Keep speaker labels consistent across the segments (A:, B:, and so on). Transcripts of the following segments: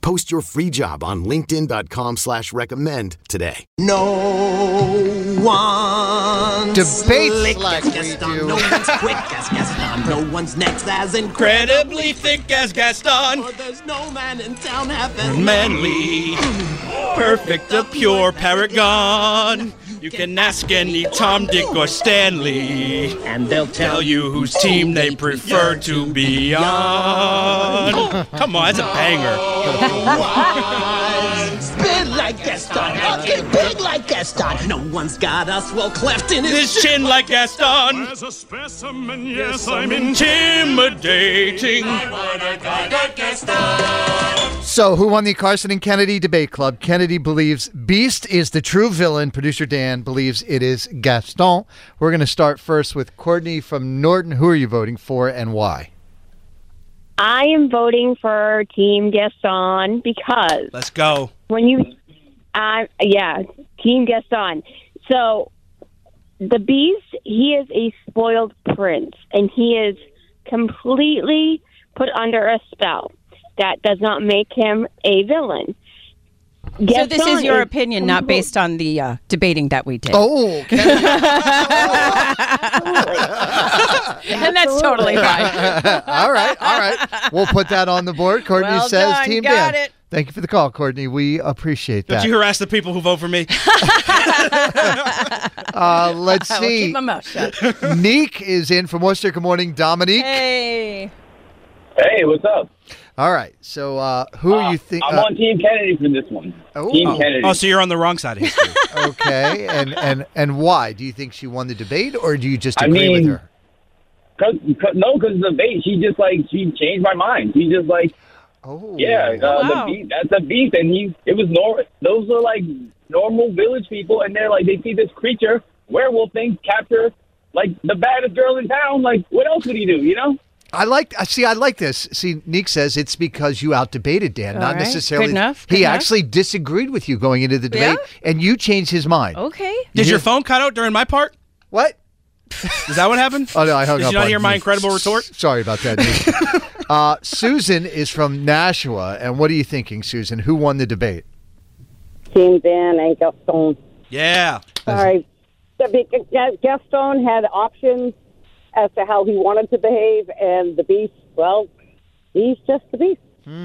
A: Post your free job on linkedin.com slash recommend today.
B: No one
C: Debates like we do.
B: No one's quick as Gaston. No one's next as incredibly.
D: incredibly thick as Gaston.
B: But there's no man in town half as
D: Manly, perfect, a pure paragon. You can ask any Tom, Dick, or Stanley.
B: And they'll Oh,
D: Tell you whose team they prefer to be on. Come on, that's a banger.
B: Spin like Gaston. Fucking big like Gaston. No one's got us well cleft in his
D: This chin like Gaston.
E: As a specimen, yes,
D: I'm intimidating.
C: So, who won the Carson and Kennedy debate club? Kennedy believes Beast is the true villain. Producer Dan believes it is Gaston. We're going to start first with Courtney from Norton. Who are you voting for and why?
F: I am voting for Team Gaston because
D: Let's go.
F: when you, uh, yeah, Team Gaston. So the Beast, he is a spoiled prince, and he is completely put under a spell that does not make him a villain.
G: So this is your opinion, not based on the uh, debating that we did.
C: Oh, Kennedy.
G: and that's totally fine.
C: all right, all right. We'll put that on the board. Courtney
G: Well
C: says
G: done,
C: Team
G: got
C: Dan.
G: it.
C: Thank you for the call, Courtney. We appreciate
D: Don't
C: that.
D: you harass the people who vote for me?
C: uh, let's
G: I will keep
C: see.
G: my mouth shut.
C: Neek is in from Worcester. Good morning, Dominique.
G: Hey,
H: Hey, what's up?
C: All right. So, uh, who are you think?
H: I'm
C: uh,
H: on Team Kennedy for this one.
C: Oh.
H: Team Kennedy.
D: Oh, so you're on the wrong side of history.
C: okay, and and and why do you think she won the debate, or do you just
H: I
C: agree with
H: mean-
C: her?
H: Cause, 'cause- no, because of the bait. She just like she changed my mind. She just like
C: Oh,
H: yeah, uh,
G: Wow.
H: the beef. That's a beef, and he it was normal. Those are like normal village people, and they're like they see this creature werewolf thing capture like the baddest girl in town. Like what else would he do? You know?
C: I like. I see. I like this. See, Nick says it's because you outdebated Dan,
G: All
C: not
G: right.
C: necessarily.
G: Good enough,
C: He
G: good enough.
C: actually disagreed with you going into the debate, and you changed his mind.
G: okay.
D: Did your phone cut out during my part?
C: What?
D: Is that what happened?
C: Oh no, I hung
D: Did
C: up.
D: you not
C: on
D: hear my
C: you.
D: incredible retort?
C: Sorry about that. Nick. uh, Susan is from Nashua, and what are you thinking, Susan? Who won the debate?
F: Team Dan and Gaston.
D: Yeah.
F: Sorry. The big- Gaston had options as to how he wanted to behave, and the beast, well, he's just the beast.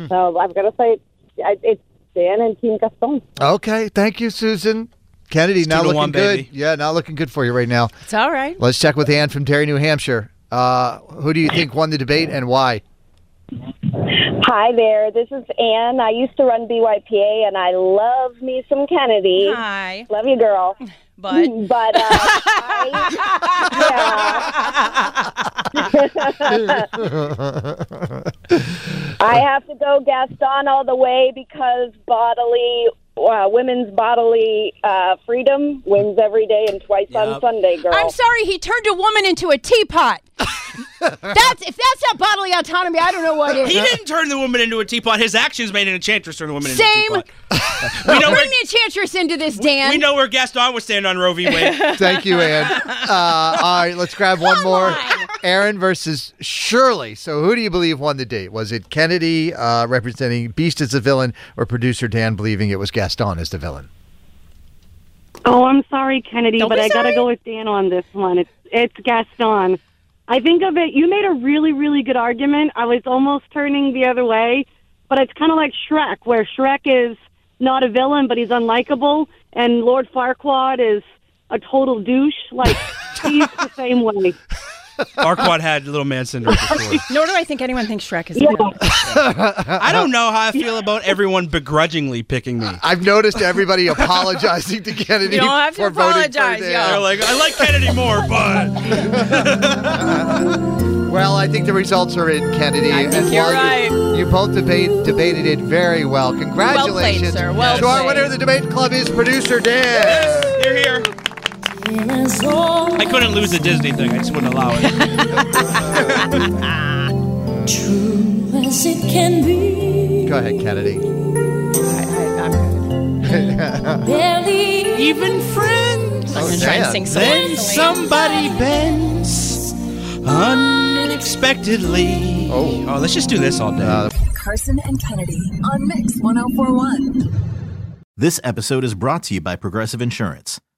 F: So I've got to say, I- it's Dan and Team Gaston.
C: Okay, thank you, Susan. Kennedy,
D: two
C: not
D: to
C: looking
D: one,
C: good.
D: baby.
C: Yeah, not looking good for you right now.
G: It's all right.
C: Let's check with Ann from Derry, New Hampshire. Uh, who do you think won the debate and why?
F: Hi there, this is Ann. I used to run BYPA, and I love me some Kennedy.
G: Hi,
F: Love you, girl.
G: but
F: But uh, I, yeah. I have to go Gaston all the way because bodily, uh, women's bodily uh, freedom wins every day and twice on Sunday, girl.
G: I'm sorry. He turned a woman into a teapot. that's if that's not bodily autonomy, I don't know what is.
D: He didn't turn the woman into a teapot. His actions made an enchantress turn the woman
G: Same.
D: into a teapot. we know where,
G: Bring the enchantress into this, Dan.
D: we know where Gaston was standing on Roe v. Wade.
C: Thank you, Ann. Uh, all right, let's grab one more. Aaron versus Shirley. So, who do you believe won the date? Was it Kennedy uh, representing Beast as the villain, or producer Dan believing it was Gaston as the villain?
F: Oh, I'm sorry, Kennedy,
G: Don't
F: but
G: be
F: I gotta
G: sorry.
F: go with Dan on this one. It's it's Gaston. I think of it. You made a really, really good argument. I was almost turning the other way,
I: But it's kind of like Shrek, where Shrek is not a villain, but he's unlikable, and Lord Farquaad is a total douche. Like he's the same way.
D: Farquaad had little man syndrome before.
G: Nor do I think anyone thinks Shrek is.
I: Yeah.
G: evil.
D: I don't know how I feel about everyone begrudgingly picking me.
C: I've noticed everybody apologizing to Kennedy
D: You don't have to
C: for voting for
D: apologize,
C: Dan.
D: y'all. They're like, "I like Kennedy more, but-
C: well, I think the results are in, Kennedy.
J: I think
C: And
J: you're
C: while you- You both debate, debated it very well. Congratulations
J: sir. Well
C: to our
J: played.
C: winner of the debate club is producer Dan.
D: You're here. I couldn't lose the Disney thing. I just wouldn't allow it.
J: True as it can be.
C: Go ahead, Kennedy.
J: Barely even friends.
C: Oh,
D: I'm gonna try and sing some
J: Then
D: more.
J: somebody bends.
D: Unexpectedly. Oh. let's just do this all day.
C: Uh,
K: Carson and Kennedy on Mix 1041.
L: This episode is brought to you by Progressive Insurance.